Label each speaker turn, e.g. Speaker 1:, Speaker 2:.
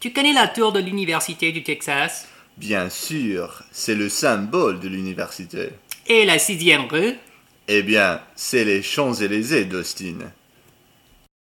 Speaker 1: Tu connais la tour de l'Université du Texas
Speaker 2: Bien sûr, c'est le symbole de l'université.
Speaker 1: et la sixième rue
Speaker 2: Eh bien, c'est les Champs-Élysées d'Austin.